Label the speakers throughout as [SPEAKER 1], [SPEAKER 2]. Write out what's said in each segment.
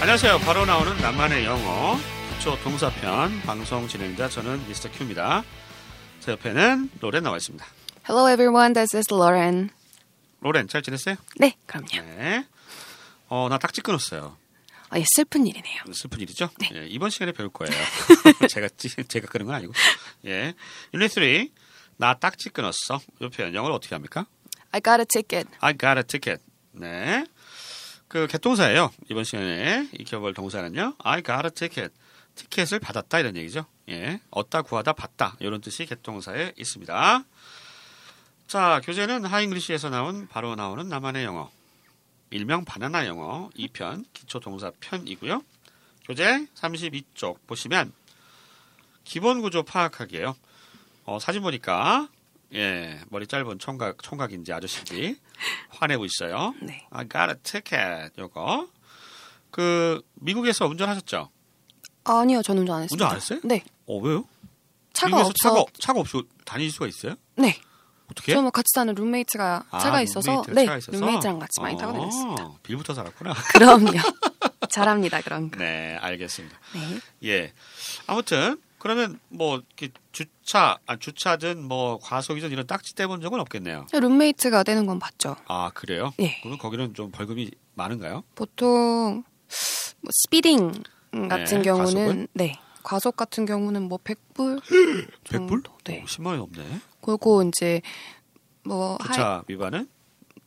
[SPEAKER 1] 안녕하세요. 바로 나오는 나만의 영어 기초 동사편 방송 진행자 저는 미스터 큐입니다. 제 옆에는 로렌 나와 있습니다.
[SPEAKER 2] Hello everyone, this is Lauren.
[SPEAKER 1] 로렌 잘 지냈어요?
[SPEAKER 2] 네, 그럼요.
[SPEAKER 1] 네. 어, 나 딱지 끊었어요.
[SPEAKER 2] 아, 예, 슬픈 일이네요.
[SPEAKER 1] 슬픈 일이죠?
[SPEAKER 2] 네.
[SPEAKER 1] 예, 이번 시간에 배울 거예요. 제가 찌- 제가 끊은 건 아니고. 예. 1, 2, 3. 나 딱지 끊었어. 이 표현 영어로 어떻게 합니까?
[SPEAKER 2] I got a ticket.
[SPEAKER 1] I got a ticket. 네. 그 개통사예요. 이번 시간에 익혀볼 동사는요. I got a ticket. 티켓을 받았다 이런 얘기죠. 예. 얻다 구하다 받다 이런 뜻이 개통사에 있습니다. 자, 교재는 하잉글리시에서 나온 바로 나오는 나만의 영어. 일명 바나나 영어 2편 기초 동사 편이고요. 교재 32쪽 보시면 기본 구조 파악하기예요. 어, 사진 보니까 예, 머리 짧은 총각 총각인지 아저씨인지 화내고 있어요.
[SPEAKER 2] 네.
[SPEAKER 1] I got a ticket. 요거. 그 미국에서 운전하셨죠?
[SPEAKER 2] 아니요, 저는 운전 안 했습니다.
[SPEAKER 1] 운전 안 했어요?
[SPEAKER 2] 네.
[SPEAKER 1] 어, 왜요?
[SPEAKER 2] 차가
[SPEAKER 1] 미국에서
[SPEAKER 2] 없어.
[SPEAKER 1] 차가, 차가 없이 다닐 수가 있어요?
[SPEAKER 2] 네.
[SPEAKER 1] 어떻게?
[SPEAKER 2] 저는 같이 사는 룸메이트가
[SPEAKER 1] 아,
[SPEAKER 2] 차가 있어서
[SPEAKER 1] 룸메이트가
[SPEAKER 2] 네.
[SPEAKER 1] 차가 있어서?
[SPEAKER 2] 룸메이트랑 같이 많이 타고
[SPEAKER 1] 어,
[SPEAKER 2] 다녔어요.
[SPEAKER 1] 빌부터 살았구나.
[SPEAKER 2] 그럼요. 잘합니다. 그럼.
[SPEAKER 1] 네, 알겠습니다.
[SPEAKER 2] 네.
[SPEAKER 1] 예. 아무튼 그러면 뭐 이렇게 주차, 아, 주차든 뭐 과속이든 이런 딱지 떼본 적은 없겠네요.
[SPEAKER 2] 저 룸메이트가 되는 건 봤죠.
[SPEAKER 1] 아 그래요?
[SPEAKER 2] 예.
[SPEAKER 1] 그럼 거기는 좀 벌금이 많은가요?
[SPEAKER 2] 보통 뭐 스피딩 같은
[SPEAKER 1] 네,
[SPEAKER 2] 경우는
[SPEAKER 1] 과속은?
[SPEAKER 2] 네. 과속 같은 경우는 뭐 100불 정도.
[SPEAKER 1] 100불?
[SPEAKER 2] 네.
[SPEAKER 1] 10만 원 없네.
[SPEAKER 2] 그리고 이제 뭐 하이-
[SPEAKER 1] 주차 위반은?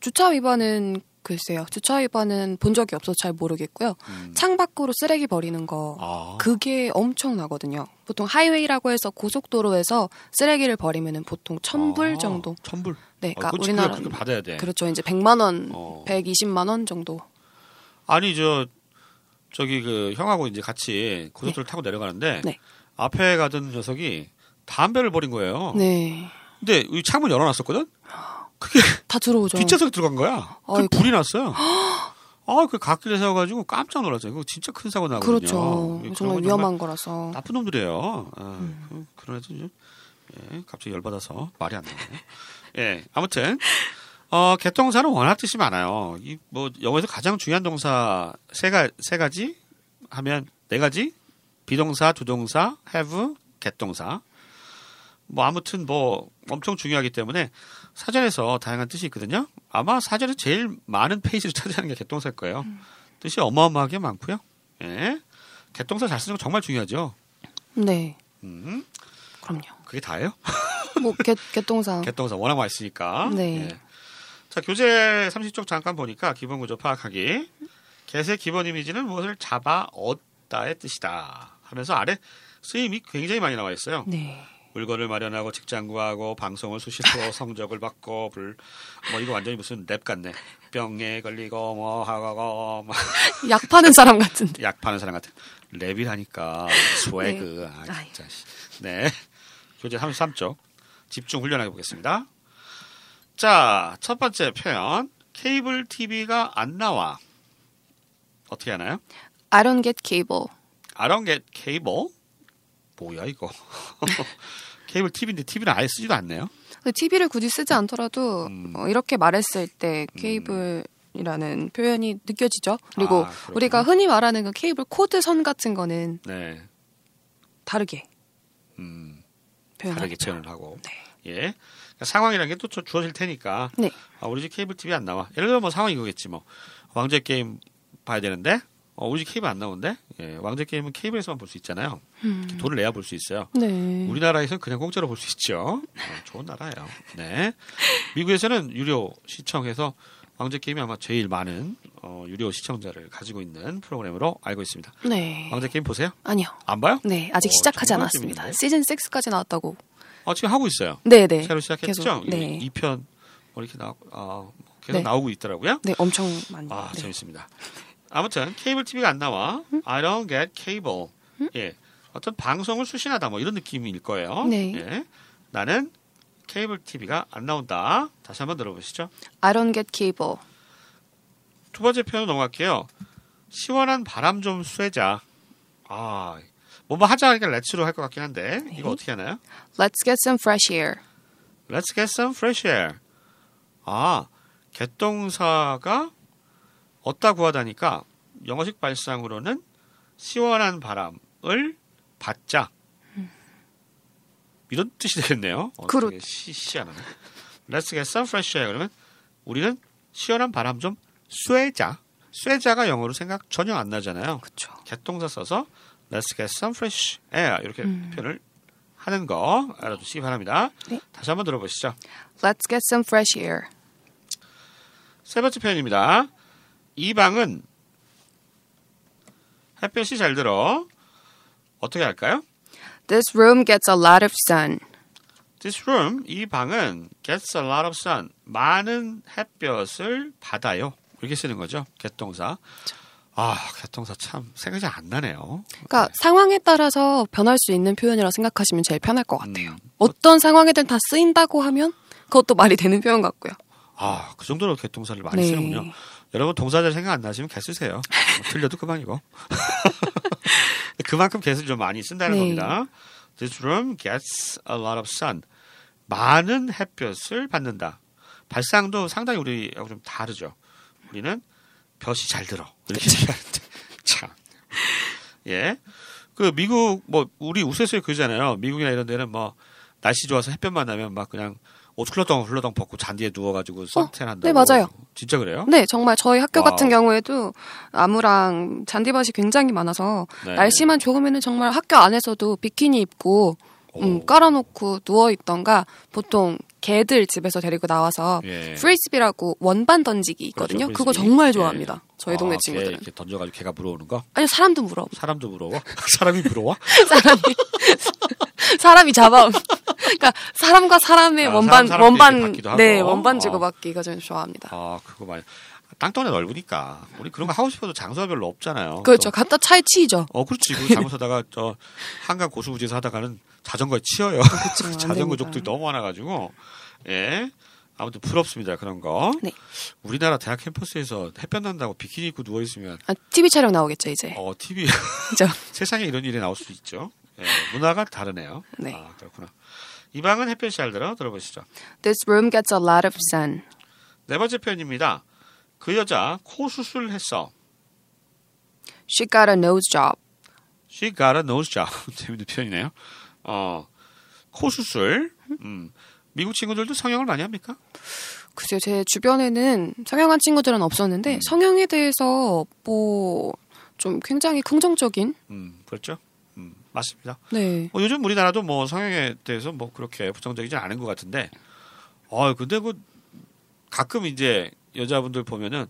[SPEAKER 2] 주차 위반은 글쎄요. 주차 위반은 본 적이 없어서 잘 모르겠고요.
[SPEAKER 1] 음.
[SPEAKER 2] 창 밖으로 쓰레기 버리는 거
[SPEAKER 1] 아,
[SPEAKER 2] 그게 엄청나거든요. 보통 하이웨이라고 해서 고속도로에서 쓰레기를 버리면은 보통 천불
[SPEAKER 1] 아,
[SPEAKER 2] 정도.
[SPEAKER 1] 천불.
[SPEAKER 2] 네, 그러니까
[SPEAKER 1] 그건 지금
[SPEAKER 2] 우리나라
[SPEAKER 1] 어, 그렇게 받아야 돼.
[SPEAKER 2] 그렇죠. 이제 100만 원,
[SPEAKER 1] 어.
[SPEAKER 2] 120만 원 정도.
[SPEAKER 1] 아니 저 저기 그 형하고 이제 같이 고속도로 를 타고 내려가는데
[SPEAKER 2] 네.
[SPEAKER 1] 앞에 가던 녀석이 담배를 버린 거예요.
[SPEAKER 2] 네.
[SPEAKER 1] 근데 이 창문 열어놨었거든.
[SPEAKER 2] 다 들어오죠.
[SPEAKER 1] 뒷좌석에 들어간 거야. 그
[SPEAKER 2] 아이고.
[SPEAKER 1] 불이 났어요. 아, 그 갓길에 세워가지고 깜짝 놀랐어요. 그거 진짜 큰 사고 나거든요.
[SPEAKER 2] 그렇죠.
[SPEAKER 1] 예, 그런
[SPEAKER 2] 정말
[SPEAKER 1] 건
[SPEAKER 2] 위험한 거라서.
[SPEAKER 1] 나쁜 놈들이에요. 아, 그, 그런 애들 좀, 예, 갑자기 열받아서 말이 안 나오네. 예, 아무튼, 어, 개통사는 워낙 뜻이 많아요. 이, 뭐, 영어에서 가장 중요한 동사 세, 가, 세 가지 하면 네 가지? 비동사, 두동사, have, 개통사. 뭐, 아무튼 뭐, 엄청 중요하기 때문에 사전에서 다양한 뜻이 있거든요. 아마 사전에 제일 많은 페이지를 차지하는 게 개통사일 거예요. 뜻이 어마어마하게 많고요. 예. 개통사 잘 쓰는 거 정말 중요하죠.
[SPEAKER 2] 네.
[SPEAKER 1] 음,
[SPEAKER 2] 그럼요.
[SPEAKER 1] 그게 다예요?
[SPEAKER 2] 뭐 개, 개똥사.
[SPEAKER 1] 개똥사 워낙 맛있으니까.
[SPEAKER 2] 네.
[SPEAKER 1] 예. 자 교재 30쪽 잠깐 보니까 기본 구조 파악하기. 개의 기본 이미지는 무엇을 잡아 얻다의 뜻이다. 하면서 아래 쓰임이 굉장히 많이 나와 있어요.
[SPEAKER 2] 네.
[SPEAKER 1] 물건을 마련하고 직장 구하고 방송을 수시로 성적을 받고 불 뭐 이거 완전히 무슨 랩 같네. 병에 걸리고 뭐 하고 뭐
[SPEAKER 2] 약 파는 사람 같은데.
[SPEAKER 1] 약 파는 사람 같은 랩이라니까 스웨그 아
[SPEAKER 2] 아유.
[SPEAKER 1] 진짜 씨. 네 교재 33쪽 집중 훈련해 보겠습니다 자 첫 번째 표현 케이블 TV가 안 나와 어떻게 하나요?
[SPEAKER 2] I don't get cable.
[SPEAKER 1] I don't get cable 뭐야 이거 케이블 TV인데 TV는 아예 쓰지도 않네요
[SPEAKER 2] TV를 굳이 쓰지 않더라도
[SPEAKER 1] 음.
[SPEAKER 2] 어, 이렇게 말했을 때 케이블이라는 표현이 느껴지죠. 그리고
[SPEAKER 1] 아, 그렇군요.
[SPEAKER 2] 우리가 흔히 말하는 그 케이블 코드선 같은 거는
[SPEAKER 1] 네
[SPEAKER 2] 다르게
[SPEAKER 1] 음,
[SPEAKER 2] 표현하죠.
[SPEAKER 1] 다르게 표현을 하고
[SPEAKER 2] 네.
[SPEAKER 1] 예 그러니까 상황이라는 게 또 주어질 테니까
[SPEAKER 2] 네.
[SPEAKER 1] 아, 우리 집 케이블 TV 안 나와. 예를 들어 뭐 상황이 그겠지 뭐. 왕제 게임 봐야 되는데 어, 우리 집 케이블 안 나오는데 예, 왕제 게임은 케이블에서만 볼 수 있잖아요.
[SPEAKER 2] 음.
[SPEAKER 1] 돈을 내야 볼 수 있어요. 음.
[SPEAKER 2] 네.
[SPEAKER 1] 우리나라에서는 그냥 공짜로 볼 수 있죠. 어, 좋은 나라예요. 네. 미국에서는 유료 시청해서 왕제 게임이 아마 제일 많은 어, 유료 시청자를 가지고 있는 프로그램으로 알고 있습니다.
[SPEAKER 2] 네.
[SPEAKER 1] 왕제 게임 보세요?
[SPEAKER 2] 아니요.
[SPEAKER 1] 안 봐요?
[SPEAKER 2] 네. 아직
[SPEAKER 1] 어,
[SPEAKER 2] 시작하지
[SPEAKER 1] 정말
[SPEAKER 2] 않았습니다.
[SPEAKER 1] 재밌는데?
[SPEAKER 2] 시즌 6까지 나왔다고.
[SPEAKER 1] 어, 지금 하고 있어요.
[SPEAKER 2] 네, 네.
[SPEAKER 1] 새로 시작했죠?
[SPEAKER 2] 계속, 네.
[SPEAKER 1] 2편 이렇게 나, 어, 계속
[SPEAKER 2] 네.
[SPEAKER 1] 나오고 있더라고요.
[SPEAKER 2] 네, 엄청 많이.
[SPEAKER 1] 아
[SPEAKER 2] 네. 음?
[SPEAKER 1] 재밌습니다. 아무튼 케이블 TV가 안 나와. I don't get cable. 예, 어떤 방송을 수신하다 뭐 이런 느낌일 거예요.
[SPEAKER 2] 네.
[SPEAKER 1] 예, 나는 케이블 TV가 안 나온다. 다시 한번 들어보시죠.
[SPEAKER 2] I don't get cable.
[SPEAKER 1] 두 번째 표현 넘어갈게요. 시원한 바람 좀 쐬자. 아, 뭐뭐 하자 하니까 let's로 할 것 같긴 한데
[SPEAKER 2] 네.
[SPEAKER 1] 이거 어떻게 하나요?
[SPEAKER 2] Let's get some fresh air.
[SPEAKER 1] Let's get some fresh air. 아, 개똥사가 얻다 구하다니까 영어식 발상으로는 시원한 바람을 받자. 이런 뜻이 되겠네요. 어,
[SPEAKER 2] 음. 그렇-
[SPEAKER 1] 되게 시, 시한하네. Let's get some fresh air. 그러면 우리는 시원한 바람 좀 쐬자. 쐬자가 영어로 생각 전혀 안 나잖아요.
[SPEAKER 2] 그렇죠.
[SPEAKER 1] 갯동사 써서 Let's get some fresh air 이렇게 표현을 하는 거 알아두시기 바랍니다.
[SPEAKER 2] 네.
[SPEAKER 1] 다시 한번 들어보시죠.
[SPEAKER 2] Let's get some fresh air.
[SPEAKER 1] 세 번째 표현입니다. 이 방은 햇볕이 잘 들어 어떻게 할까요?
[SPEAKER 2] This room gets a lot of sun.
[SPEAKER 1] This room 이 방은 gets a lot of sun 많은 햇볕을 받아요. 이렇게 쓰는 거죠. 갯동사. 아, 갯동사 참 생각이 잘 안 나네요.
[SPEAKER 2] 그러니까 상황에 따라서 변할 수 있는 표현이라 생각하시면 제일 편할 것 같아요.
[SPEAKER 1] 음.
[SPEAKER 2] 어떤 상황에든 다 쓰인다고 하면 그것도 말이 되는 표현 같고요.
[SPEAKER 1] 아, 그 정도로 갯동사를 많이
[SPEAKER 2] 네.
[SPEAKER 1] 쓰는군요. 여러분 동사들 생각 안 나시면 개 쓰세요. 뭐 틀려도 그만이고. 그만큼 개수를 좀 많이 쓴다는
[SPEAKER 2] 네.
[SPEAKER 1] 겁니다. This room gets a lot of sun. 많은 햇볕을 받는다. 발상도 상당히 우리하고 좀 다르죠. 우리는 볕이 잘 들어.
[SPEAKER 2] 네.
[SPEAKER 1] 이렇게 얘기하는데. 참. 예. 그 미국 뭐 우리 우세소리 그잖아요. 미국이나 이런 데는 뭐 날씨 좋아서 햇볕만 나면 막 그냥 옷 훌러덩 훌러덩 벗고 잔디에 누워가지고 선탠 한다고.
[SPEAKER 2] 네, 맞아요.
[SPEAKER 1] 진짜 그래요?
[SPEAKER 2] 네, 정말 저희 학교
[SPEAKER 1] 어? 와우.
[SPEAKER 2] 같은 경우에도 나무랑 잔디밭이 굉장히 많아서
[SPEAKER 1] 네.
[SPEAKER 2] 날씨만 좋으면 정말 학교 안에서도 비키니 입고 음, 깔아놓고 누워있던가 보통 개들 집에서 데리고 나와서
[SPEAKER 1] 예.
[SPEAKER 2] 프리스비라고 원반 던지기 있거든요.
[SPEAKER 1] 그렇죠,
[SPEAKER 2] 그거
[SPEAKER 1] 프리스비.
[SPEAKER 2] 정말
[SPEAKER 1] 예.
[SPEAKER 2] 좋아합니다. 저희
[SPEAKER 1] 아,
[SPEAKER 2] 동네
[SPEAKER 1] 걔
[SPEAKER 2] 친구들은.
[SPEAKER 1] 이렇게 던져가지고 걔가 물어오는 거
[SPEAKER 2] 아니 사람도 물어.
[SPEAKER 1] 사람도 물어와 사람이 물어와
[SPEAKER 2] 사람이 사람이 잡아. 그러니까 사람과 사람의
[SPEAKER 1] 아,
[SPEAKER 2] 원반
[SPEAKER 1] 사람, 사람끼리
[SPEAKER 2] 원반
[SPEAKER 1] 받기도 하고.
[SPEAKER 2] 네 원반
[SPEAKER 1] 어.
[SPEAKER 2] 주고받기가 좀 좋아합니다.
[SPEAKER 1] 아 그거 많이 땅덩이 넓으니까 우리 그런 거 하고 싶어도 장소가 별로 없잖아요 또-
[SPEAKER 2] 그렇죠. 갖다 차에 치이죠.
[SPEAKER 1] 어 그렇지 그 잘못하다가 저 한강 고수부지에서 하다가는 자전거에 치여요
[SPEAKER 2] 그렇죠.
[SPEAKER 1] 아,
[SPEAKER 2] 안
[SPEAKER 1] 자전거
[SPEAKER 2] 됩니다.
[SPEAKER 1] 족들이 너무 많아가지고 예 아무튼 부럽습니다 그런 거
[SPEAKER 2] 네.
[SPEAKER 1] 우리나라 대학 캠퍼스에서 햇볕 난다고 비키니 입고 누워 있으면
[SPEAKER 2] 아, TV 촬영 나오겠죠 이제.
[SPEAKER 1] 어 TV
[SPEAKER 2] 네. 그죠.
[SPEAKER 1] 세상에 이런 일이 나올 수 있죠 예, 문화가 다르네요
[SPEAKER 2] 네.
[SPEAKER 1] 아 그렇구나 이 방은 햇볕이 잘 들어 들어보시죠.
[SPEAKER 2] This room gets a lot of sun.
[SPEAKER 1] 네 번째 표현입니다. 그 여자 코 수술했어.
[SPEAKER 2] She got a nose job.
[SPEAKER 1] She got a nose job. 재밌는 표현이네요. 어, 코 수술. 음. 미국 친구들도 성형을 많이 합니까?
[SPEAKER 2] 글쎄요, 제 주변에는 성형한 친구들은 없었는데
[SPEAKER 1] 음.
[SPEAKER 2] 성형에 대해서 뭐 좀 굉장히 긍정적인
[SPEAKER 1] 음, 그렇죠. 음, 맞습니다.
[SPEAKER 2] 네.
[SPEAKER 1] 어, 요즘 우리나라도 뭐 성형에 대해서 뭐 그렇게 부정적이지 않은 것 같은데, 어, 근데 그 가끔 이제 여자분들 보면은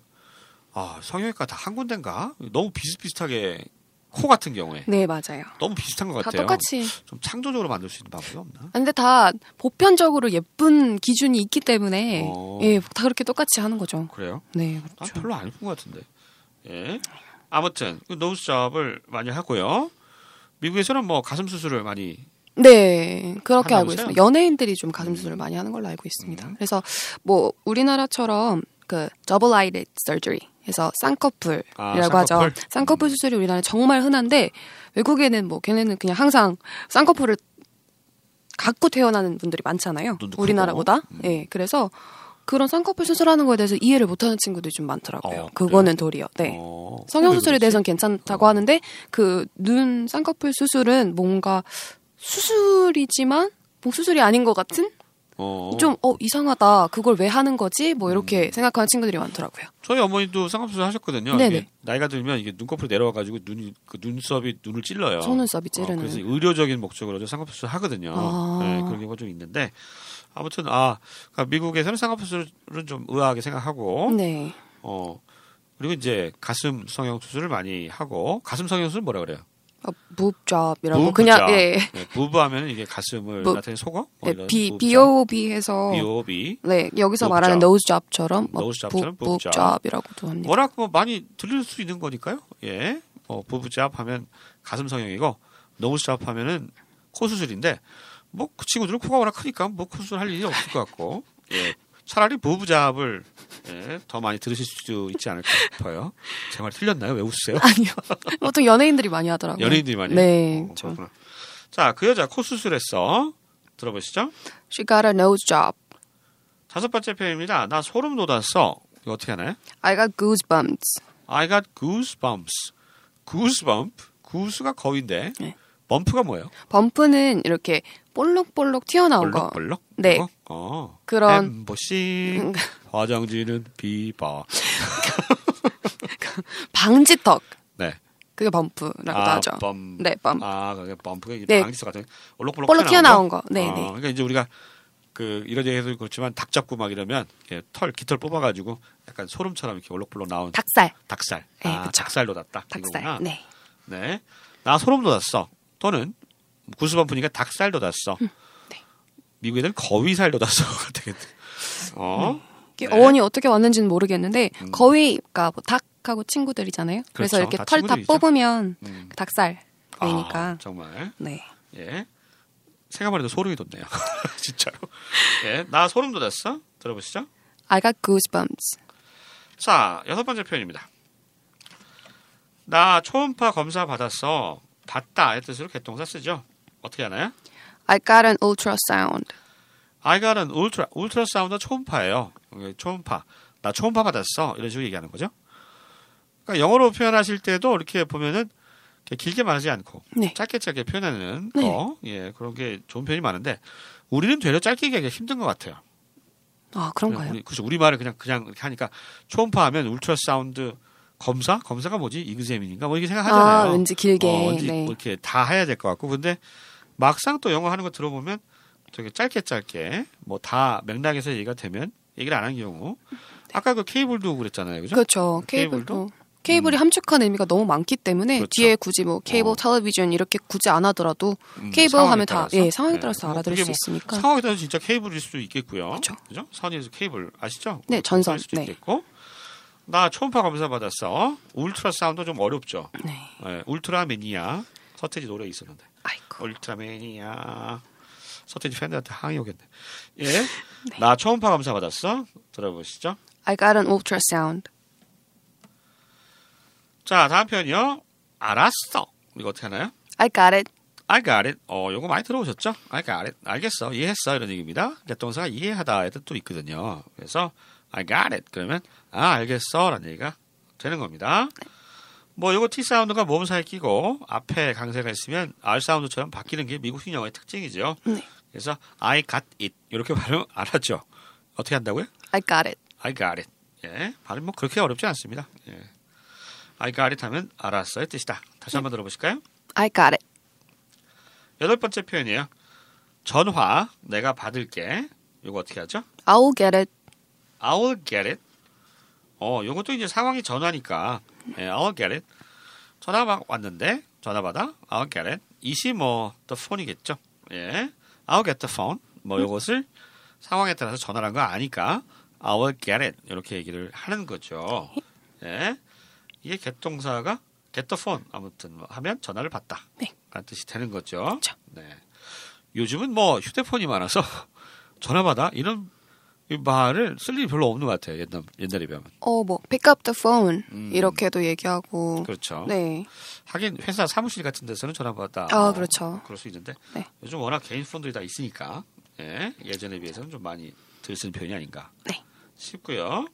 [SPEAKER 1] 아 성형외과 다 한 군데인가? 너무 비슷비슷하게 코 같은 경우에
[SPEAKER 2] 네, 맞아요.
[SPEAKER 1] 너무 비슷한 것
[SPEAKER 2] 다
[SPEAKER 1] 같아요.
[SPEAKER 2] 똑같이.
[SPEAKER 1] 좀 창조적으로 만들 수 있는 방법이 없나?
[SPEAKER 2] 아, 근데 다 보편적으로 예쁜 기준이 있기 때문에
[SPEAKER 1] 어.
[SPEAKER 2] 예, 다 그렇게 똑같이 하는 거죠.
[SPEAKER 1] 그래요?
[SPEAKER 2] 네,
[SPEAKER 1] 난
[SPEAKER 2] 그렇죠.
[SPEAKER 1] 별로 안 예쁜 것 같은데. 예. 아무튼 그 노스 잡을 많이 하고요. 미국에서는 뭐 가슴 수술을 많이
[SPEAKER 2] 네, 그렇게
[SPEAKER 1] 하나
[SPEAKER 2] 알고
[SPEAKER 1] 보세요.
[SPEAKER 2] 있습니다. 연예인들이 좀 가슴
[SPEAKER 1] 음.
[SPEAKER 2] 수술을 많이 하는 걸로 알고 있습니다. 그래서 뭐 우리나라처럼 그 더블 아이드 서저리 해서 쌍꺼풀이라고
[SPEAKER 1] 아,
[SPEAKER 2] 하죠.
[SPEAKER 1] 쌍꺼풀?
[SPEAKER 2] 쌍꺼풀 수술이 우리나라에 정말 흔한데 외국에는 뭐 걔네는 그냥 항상 쌍꺼풀을 갖고 태어나는 분들이 많잖아요.
[SPEAKER 1] 눈도 크고. 음.
[SPEAKER 2] 우리나라보다. 예. 그래서 그런 쌍꺼풀 수술하는 거에 대해서 이해를 못하는 친구들이 좀 많더라고요.
[SPEAKER 1] 어,
[SPEAKER 2] 그거는 도리어. 네.
[SPEAKER 1] 어,
[SPEAKER 2] 성형
[SPEAKER 1] 왜
[SPEAKER 2] 수술에
[SPEAKER 1] 그러지? 어.
[SPEAKER 2] 대해서는 괜찮다고 하는데 그 눈 쌍꺼풀 수술은 뭔가 수술이지만 뭐 수술이 아닌 것 같은
[SPEAKER 1] 어. 음.
[SPEAKER 2] 좀 어 이상하다 그걸 왜 하는 거지 뭐 이렇게 생각하는 친구들이 많더라고요.
[SPEAKER 1] 저희 어머니도 쌍꺼풀 수술 하셨거든요.
[SPEAKER 2] 네네.
[SPEAKER 1] 이게 나이가 들면 이게 눈꺼풀이 내려와 가지고 눈이 그 눈썹이 눈을 찔러요.
[SPEAKER 2] 속눈썹이 찌르는.
[SPEAKER 1] 어, 그래서 의료적인 목적으로 저 쌍꺼풀 수술 하거든요.
[SPEAKER 2] 아.
[SPEAKER 1] 네, 그런 경우가 좀 있는데 아무튼 아 그러니까 미국에서는 쌍꺼풀 수술은 좀 의아하게 생각하고
[SPEAKER 2] 네.
[SPEAKER 1] 어 그리고 이제 가슴 성형 수술을 많이 하고 가슴 성형 수술 뭐라 그래요?
[SPEAKER 2] 어, 무브잡이라고
[SPEAKER 1] 무브잡.
[SPEAKER 2] 그냥 예.
[SPEAKER 1] 네, 부부하면 이게 가슴을
[SPEAKER 2] 부-
[SPEAKER 1] 나타내는 속어? 뭐 이런
[SPEAKER 2] 예, 비
[SPEAKER 1] 부부잡,
[SPEAKER 2] BOB 해서
[SPEAKER 1] 비오비.
[SPEAKER 2] 네, 여기서
[SPEAKER 1] 무브잡.
[SPEAKER 2] 말하는 노즈잡처럼
[SPEAKER 1] 노즈잡처럼 무브잡.
[SPEAKER 2] 부잡이라고도 합니다.
[SPEAKER 1] 워낙 뭐 많이 들릴 수 있는 거니까요. 예. 어, 부부잡 하면 가슴 성형이고 노브잡 하면은 코 수술인데 뭐 그 친구들은 코가 워낙 크니까 뭐 코 수술 할 일이 없을 것 같고. 예. 차라리 부부잡을 예, 더 많이 들으실 수 있지 않을까 싶어요. 제 말 틀렸나요? 왜 웃으세요?
[SPEAKER 2] 아니요. 보통 연예인들이 많이 하더라고요.
[SPEAKER 1] 뭐- 연예인들이 많이
[SPEAKER 2] 아, 네.
[SPEAKER 1] 어,
[SPEAKER 2] 저-
[SPEAKER 1] 그렇구나. 자, 그 여자 코 수술했어. 들어보시죠.
[SPEAKER 2] She got a nose job.
[SPEAKER 1] 다섯 번째 표현입니다. 나 소름 돋았어. 이거 어떻게 하나요?
[SPEAKER 2] I got goosebumps.
[SPEAKER 1] I got goosebumps. goosebump. 구수가 거인데.
[SPEAKER 2] 네.
[SPEAKER 1] 범프가 뭐예요?
[SPEAKER 2] 범프는 이렇게 볼록볼록 튀어나온 거.
[SPEAKER 1] 볼록볼록?
[SPEAKER 2] 네.
[SPEAKER 1] 그거? 어.
[SPEAKER 2] 그런-
[SPEAKER 1] 엠보싱. 화장지는 비바.
[SPEAKER 2] 방지턱.
[SPEAKER 1] 네.
[SPEAKER 2] 그게 범프라고도 하죠.
[SPEAKER 1] 아, 범.
[SPEAKER 2] 네, 범.
[SPEAKER 1] 아, 그게 범프가 이게
[SPEAKER 2] 네.
[SPEAKER 1] 방지석 같은 올록볼록
[SPEAKER 2] 볼록 튀어나온 거.
[SPEAKER 1] 어,
[SPEAKER 2] 네, 네.
[SPEAKER 1] 그러니까 이제 우리가 그 이런 얘기해도 그렇지만 닭 잡고 막 이러면 이렇게 털 깃털 뽑아가지고 약간 소름처럼 이렇게 올록볼록 나온
[SPEAKER 2] 닭살.
[SPEAKER 1] 닭, 살
[SPEAKER 2] 네,
[SPEAKER 1] 아,
[SPEAKER 2] 그쵸.
[SPEAKER 1] 닭살 돋았다. 이거구나.
[SPEAKER 2] 닭살. 네.
[SPEAKER 1] 네. 나 소름 돋았어. 또는 구수범프니까 닭살 돋았어.
[SPEAKER 2] 음, 네.
[SPEAKER 1] 미국 애들 거위살 돋았어. 되겠네. 어?
[SPEAKER 2] 이게
[SPEAKER 1] 네. 음.
[SPEAKER 2] 어원이 어떻게 왔는지는 모르겠는데 거위가 뭐 닭하고 친구들이잖아요.
[SPEAKER 1] 그렇죠.
[SPEAKER 2] 그래서 이렇게
[SPEAKER 1] 다
[SPEAKER 2] 털 다
[SPEAKER 1] 친구들이죠.
[SPEAKER 2] 뽑으면
[SPEAKER 1] 음.
[SPEAKER 2] 닭살 되니까.
[SPEAKER 1] 아, 정말.
[SPEAKER 2] 네.
[SPEAKER 1] 예. 생각만 해도 소름이 돋네요. 진짜로. 예. 나 소름 돋았어. 들어보시죠.
[SPEAKER 2] I got goosebumps.
[SPEAKER 1] 자, 여섯 번째 표현입니다. 나 초음파 검사 받았어. 봤다의 뜻으로 개통사 쓰죠. 어떻게 하나요?
[SPEAKER 2] I got an ultrasound.
[SPEAKER 1] I got an ultra, ultra 사운드 초음파예요. 이게 초음파. 나 초음파 받았어. 이런 식으로 얘기하는 거죠. 그러니까 영어로 표현하실 때도 이렇게 보면은 이렇게 길게 말하지 않고
[SPEAKER 2] 네.
[SPEAKER 1] 짧게 짧게 표현하는
[SPEAKER 2] 네.
[SPEAKER 1] 거. 예, 그런 게 좋은 표현이 많은데 우리는 되려 짧게 얘기하기가 힘든 것 같아요.
[SPEAKER 2] 아, 그런가요?
[SPEAKER 1] 우리, 그죠. 우리 말을 그냥 그냥 이렇게 하니까 초음파 하면 울트라 사운드 검사? 검사가 뭐지? 인그제민인가? 뭐 이렇게 생각하잖아요.
[SPEAKER 2] 아, 왠지 길게.
[SPEAKER 1] 어, 왠지
[SPEAKER 2] 네.
[SPEAKER 1] 뭐 이렇게 다 해야 될 것 같고 근데 막상 또 영어 하는 거 들어보면 되게 짧게 짧게 뭐 다 맥락에서 얘기가 되면 얘기를 안 한 경우
[SPEAKER 2] 네.
[SPEAKER 1] 아까 그 케이블도 그랬잖아요 그죠
[SPEAKER 2] 그렇죠.
[SPEAKER 1] 케이블도? 음.
[SPEAKER 2] 케이블도. 케이블이 함축한 의미가 너무 많기 때문에
[SPEAKER 1] 그렇죠.
[SPEAKER 2] 뒤에 굳이 뭐 케이블
[SPEAKER 1] 어.
[SPEAKER 2] 텔레비전 이렇게 굳이 안 하더라도
[SPEAKER 1] 음,
[SPEAKER 2] 케이블
[SPEAKER 1] 상황에
[SPEAKER 2] 하면 다
[SPEAKER 1] 따라서.
[SPEAKER 2] 예, 상황에
[SPEAKER 1] 네.
[SPEAKER 2] 따라서
[SPEAKER 1] 뭐
[SPEAKER 2] 알아들을
[SPEAKER 1] 그게
[SPEAKER 2] 수
[SPEAKER 1] 뭐
[SPEAKER 2] 있으니까.
[SPEAKER 1] 상황에 따라서 진짜 케이블일 수도 있겠고요
[SPEAKER 2] 그러니까. 그렇죠.
[SPEAKER 1] 그죠 선에서 케이블 아시죠
[SPEAKER 2] 네, 전선.
[SPEAKER 1] 일 수도
[SPEAKER 2] 네.
[SPEAKER 1] 있겠고 나 초음파 검사 받았어 울트라 사운드 좀 어렵죠
[SPEAKER 2] 네.
[SPEAKER 1] 예, 울트라 매니아 서태지 노래 있었는데
[SPEAKER 2] 아이고.
[SPEAKER 1] 울트라맨이야. 서태지 팬들한테 항의 오겠네. 예. 나 초음파 검사 받았어. 들어보시죠.
[SPEAKER 2] I got an ultrasound.
[SPEAKER 1] 자, 다음 표현이요. 알았어. 이거 어떻게 하나요?
[SPEAKER 2] I got it.
[SPEAKER 1] I got it. 어, 요거 많이 들어보셨죠? I got it. 알겠어. 이해했어. 이런 얘기입니다. 개똥사가 이해하다의 뜻도 있거든요. 그래서 I got it. 그러면 아, 알겠어. 라는 얘기가 되는 겁니다. 뭐 요거 T 사운드가 모음 사이에 끼고 앞에 강세가 있으면 R 사운드처럼 바뀌는 게 미국식 영어의 특징이죠.
[SPEAKER 2] 네.
[SPEAKER 1] 그래서 I got it. 이렇게 발음 알았죠. 어떻게 한다고요?
[SPEAKER 2] I got it.
[SPEAKER 1] I got it. 예, 발음 뭐 그렇게 어렵지 않습니다. 예. I got it 하면 알았어의 뜻이다. 다시 한번 들어보실까요?
[SPEAKER 2] I got it.
[SPEAKER 1] 여덟 번째 표현이에요. 전화 내가 받을게. 이거 어떻게 하죠?
[SPEAKER 2] I'll get it.
[SPEAKER 1] I'll get it. 어, 요것도 이제 상황이 전화니까. 예, I'll get it. 전화 막 왔는데 전화 받아. I'll get it. 이시 뭐 the phone이겠죠. 예. I'll get the phone.
[SPEAKER 2] 음.
[SPEAKER 1] 뭐 요것을 상황에 따라서 전화란 거 아니까 I'll get it. 이렇게 얘기를 하는 거죠. 예. 이게 get동사가 get the phone 아무튼 뭐 하면 전화를 받다.
[SPEAKER 2] 네.
[SPEAKER 1] 라는 뜻이 되는 거죠.
[SPEAKER 2] 그렇죠.
[SPEAKER 1] 네. 요즘은 뭐 휴대폰이 많아서 전화 받아 이런 이 말을 쓸 일이 별로 없는 것 같아요. 옛날 옛날에 비하면
[SPEAKER 2] 어, 뭐 pick up the phone 이렇게도 얘기하고.
[SPEAKER 1] 음. 그렇죠.
[SPEAKER 2] 네.
[SPEAKER 1] 하긴 회사 사무실 같은 데서는 전화 받아.
[SPEAKER 2] 아, 그렇죠.
[SPEAKER 1] 그럴 수 있는데
[SPEAKER 2] 네.
[SPEAKER 1] 요즘 워낙 개인 폰들이 다 있으니까 예, 예전에 비해서는 좀 많이 덜 쓰는 편이 아닌가
[SPEAKER 2] 네.
[SPEAKER 1] 싶고요.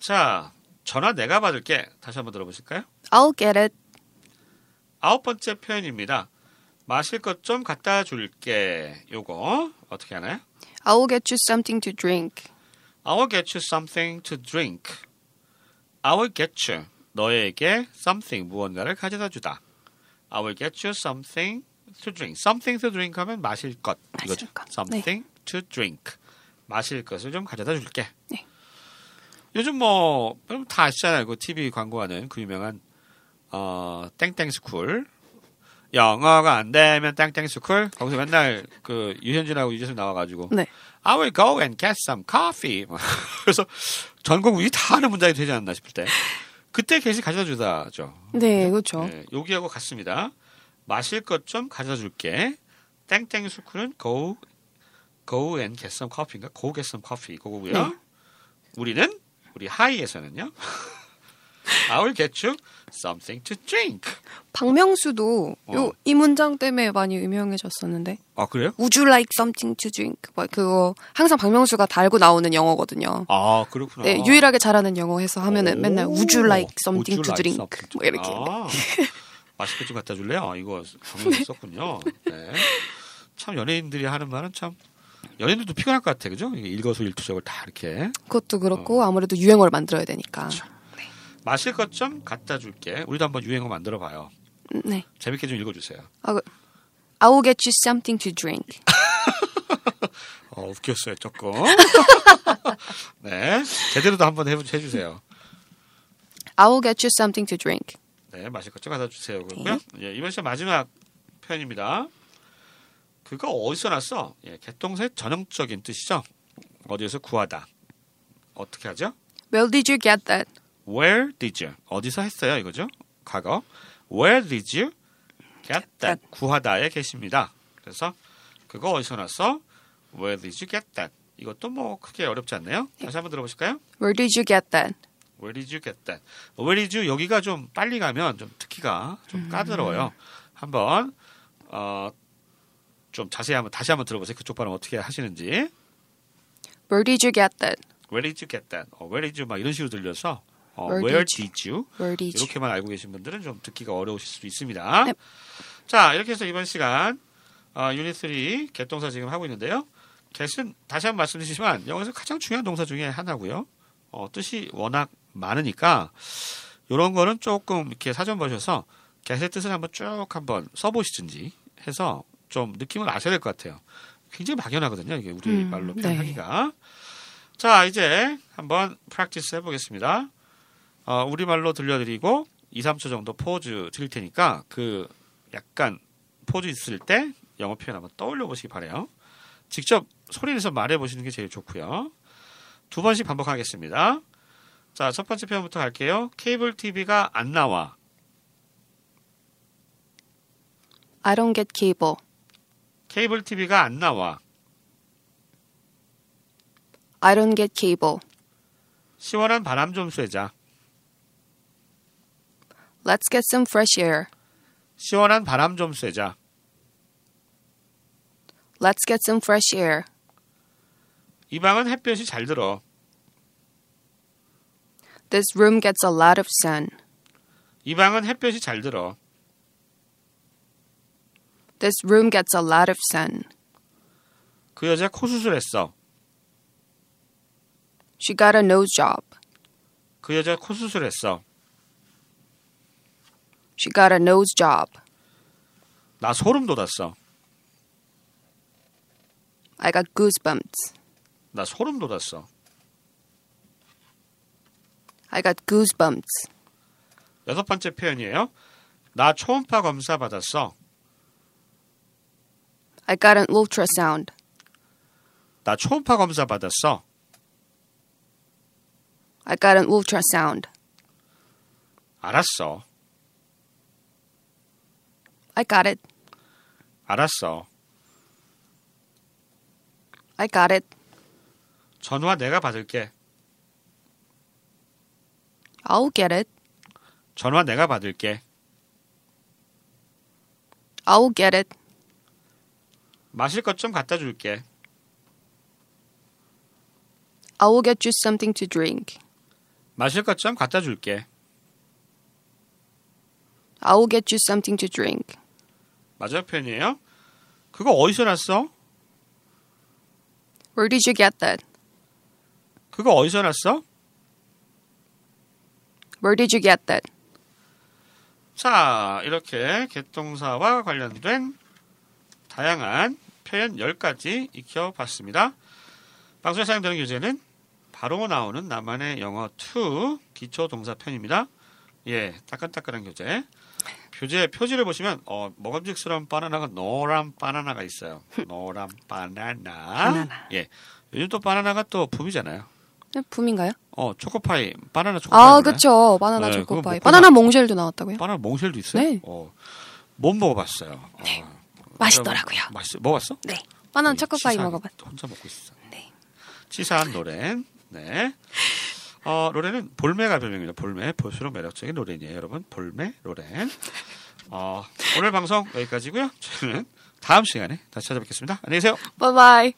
[SPEAKER 1] 자, 전화 내가 받을게. 다시 한번 들어보실까요?
[SPEAKER 2] I'll get it.
[SPEAKER 1] 아홉 번째 표현입니다. 마실 것 좀 갖다 줄게. 요거 어떻게 하나요?
[SPEAKER 2] I will get you something to drink.
[SPEAKER 1] I will get you something to drink. I will get you. 너에게 something 무언가를 가져다 주다. I will get you something to drink. something to drink 하면 마실 것.
[SPEAKER 2] 마실
[SPEAKER 1] 이거죠.
[SPEAKER 2] 것. 네.
[SPEAKER 1] something to drink. 마실 것을 좀 가져다 줄게.
[SPEAKER 2] 네.
[SPEAKER 1] 요즘 뭐, 여러분 다 아시잖아요. 그 TV 광고하는 그 유명한, 어, 땡땡스쿨. 영어가 안 되면 땡땡스쿨. 거기서 맨날 그 유현진하고 유재석 나와가지고.
[SPEAKER 2] 네.
[SPEAKER 1] I will go and get some coffee. 막 그래서 전국이 다 아는 문장이 되지 않나 싶을 때 그때 계시 가져다 주다죠.
[SPEAKER 2] 네, 그렇죠.
[SPEAKER 1] 예, 여기하고 같습니다. 마실 것 좀 가져다 줄게. 땡땡 스쿨은 go go and get some coffee인가? 네. go get some coffee 그거고요.
[SPEAKER 2] 네.
[SPEAKER 1] 우리는 우리 하이에서는요. I will get you something to drink.
[SPEAKER 2] 박명수도
[SPEAKER 1] 어.
[SPEAKER 2] 요 이 문장 때문에 많이 유명해졌었는데
[SPEAKER 1] 아 그래요?
[SPEAKER 2] Would you like something to drink? 뭐 그거 항상 박명수가 달고 나오는 영어거든요.
[SPEAKER 1] 아 그렇구나.
[SPEAKER 2] 네, 유일하게 잘하는 영어 해서 하면은
[SPEAKER 1] 오.
[SPEAKER 2] 맨날 Would you like
[SPEAKER 1] Would
[SPEAKER 2] something
[SPEAKER 1] you
[SPEAKER 2] to
[SPEAKER 1] like
[SPEAKER 2] drink?
[SPEAKER 1] something to-
[SPEAKER 2] 뭐 이렇게.
[SPEAKER 1] 아, 맛있게 좀 갖다 줄래요? 아, 이거 방금 썼군요. 네. 참 연예인들이 하는 말은 참 연예인들도 피곤할 것 같아, 그죠? 이게 일거수일투족을 다 이렇게
[SPEAKER 2] 그것도 그렇고 아무래도 유행어를 만들어야 되니까.
[SPEAKER 1] 마실 것 좀 갖다 줄게. 우리도 한번 유행어 만들어 봐요.
[SPEAKER 2] 네.
[SPEAKER 1] 재밌게 좀 읽어주세요.
[SPEAKER 2] 아, 그- I will get you something to drink.
[SPEAKER 1] 어, 웃겼어요, 조금. 네, 제대로도 한번 해보, 해주세요.
[SPEAKER 2] I will get you something to drink.
[SPEAKER 1] 네, 마실 것 좀 갖다 주세요. 그렇고요. 예, 이번 시간 마지막 표현입니다. 그거 어디서 났어? 예, 개똥새 전형적인 뜻이죠. 어디에서 구하다. 어떻게 하죠?
[SPEAKER 2] Where did you get that?
[SPEAKER 1] Where did you? 어디서 했어요, 이거죠? 과거. Where did you get that? 구하다에 계십니다. 그래서 그거 어디서 났어? Where did you get that? 이것도 뭐 크게 어렵지 않네요. 다시 한번 들어보실까요?
[SPEAKER 2] Where did you get that?
[SPEAKER 1] Where did you get that? Where did you 여기가 좀 빨리 가면 좀 특기가
[SPEAKER 2] 음.
[SPEAKER 1] 좀 까다로워요. 한번 어, 좀 자세히 한번 다시 한번 들어보세요. 그쪽 발음 어떻게 하시는지.
[SPEAKER 2] Where did you get that?
[SPEAKER 1] Where did you get that? 어, where did you 막 이런 식으로 들려서 어,
[SPEAKER 2] Where
[SPEAKER 1] where,
[SPEAKER 2] did
[SPEAKER 1] did you?
[SPEAKER 2] Where did you?
[SPEAKER 1] 이렇게만 알고 계신 분들은 좀 듣기가 어려우실 수도 있습니다.
[SPEAKER 2] 네.
[SPEAKER 1] 자, 이렇게 해서 이번 시간 어, 유닛 3 개동사 지금 하고 있는데요. get은 다시 한번 말씀드리지만 영어에서 가장 중요한 동사 중에 하나고요. 어, 뜻이 워낙 많으니까 이런 거는 조금 이렇게 사전 보셔서 get의 뜻을 한번 쭉 한번 써보시든지 해서 좀 느낌을 아셔야 될 것 같아요. 굉장히 막연하거든요. 이게 우리
[SPEAKER 2] 음,
[SPEAKER 1] 말로
[SPEAKER 2] 네.
[SPEAKER 1] 표현하기가. 자, 이제 한번 프랙티스 해보겠습니다. 어, 우리말로 들려드리고 2, 3초 정도 포즈 드릴 테니까 그 약간 포즈 있을 때 영어 표현 한번 떠올려 보시기 바래요. 직접 소리내서 말해 보시는 게 제일 좋고요. 두 번씩 반복하겠습니다. 자, 첫 번째 표현부터 갈게요. 케이블 TV가 안 나와.
[SPEAKER 2] I don't get cable.
[SPEAKER 1] 케이블 TV가 안 나와.
[SPEAKER 2] I don't get cable.
[SPEAKER 1] 시원한 바람 좀 쐬자.
[SPEAKER 2] Let's get some fresh air.
[SPEAKER 1] 시원한 바람 좀 쐬자.
[SPEAKER 2] Let's get some fresh air.
[SPEAKER 1] 이 방은 햇볕이 잘 들어.
[SPEAKER 2] This room gets a lot of sun.
[SPEAKER 1] 이 방은 햇볕이 잘 들어.
[SPEAKER 2] This room gets a lot of sun.
[SPEAKER 1] 그 여자 코 수술했어.
[SPEAKER 2] She got a nose job.
[SPEAKER 1] 그 여자 코 수술했어.
[SPEAKER 2] She got a nose job.
[SPEAKER 1] 나 소름 돋았어.
[SPEAKER 2] I got goosebumps.
[SPEAKER 1] 나 소름 돋았어.
[SPEAKER 2] I got goosebumps.
[SPEAKER 1] 여섯 번째 표현이에요. 나 초음파 검사 받았어.
[SPEAKER 2] I got an ultrasound.
[SPEAKER 1] 나 초음파 검사 받았어.
[SPEAKER 2] I got an ultrasound.
[SPEAKER 1] 알았어.
[SPEAKER 2] I got it.
[SPEAKER 1] 알았어.
[SPEAKER 2] I got it.
[SPEAKER 1] 전화 내가 받을게.
[SPEAKER 2] I'll get it.
[SPEAKER 1] 전화 내가 받을게.
[SPEAKER 2] I'll get it.
[SPEAKER 1] 마실 것 좀 갖다 줄게.
[SPEAKER 2] I will get you something to drink.
[SPEAKER 1] 마실 것 좀 갖다 줄게.
[SPEAKER 2] I will get you something to drink.
[SPEAKER 1] 마지막 표현이에요. 그거 어디서 났어?
[SPEAKER 2] Where did you get that?
[SPEAKER 1] 그거 어디서 났어?
[SPEAKER 2] Where did you get that?
[SPEAKER 1] 자, 이렇게 개똥사와 관련된 다양한 표현 10가지 익혀봤습니다. 방송에 사용되는 교재는 바로 나오는 나만의 영어 2 기초 동사 편입니다. 예, 따끈따끈한 교재. 교재 표지를 보시면 어, 먹음직스러운 바나나가 노란 바나나가 있어요. 노란 바나나. 예. 요즘 또 바나나가 또 붐이잖아요.
[SPEAKER 2] 네, 붐인가요?
[SPEAKER 1] 어, 초코파이, 바나나 초코파이.
[SPEAKER 2] 아,
[SPEAKER 1] 몰라요?
[SPEAKER 2] 그쵸. 바나나
[SPEAKER 1] 네, 그거
[SPEAKER 2] 초코파이.
[SPEAKER 1] 먹고
[SPEAKER 2] 바나나 몽쉘도 나왔다고요?
[SPEAKER 1] 바나나 몽쉘도 있어요?
[SPEAKER 2] 네.
[SPEAKER 1] 어, 못 먹어봤어요. 어,
[SPEAKER 2] 맛있더라고요.
[SPEAKER 1] 맛있어. 먹었어?
[SPEAKER 2] 네. 바나나 초코파이
[SPEAKER 1] 치사하게
[SPEAKER 2] 네. 먹어봤.
[SPEAKER 1] 혼자 먹고 있어.
[SPEAKER 2] 네.
[SPEAKER 1] 치사한 노래. 네. 어, 로렌은 볼메가 별명입니다. 볼메 볼수록 매력적인 로렌이에요, 여러분. 볼메 로렌. 어, 오늘 방송 여기까지고요. 저는 다음 시간에 다시 찾아뵙겠습니다. 안녕히 계세요.
[SPEAKER 2] 바이바이.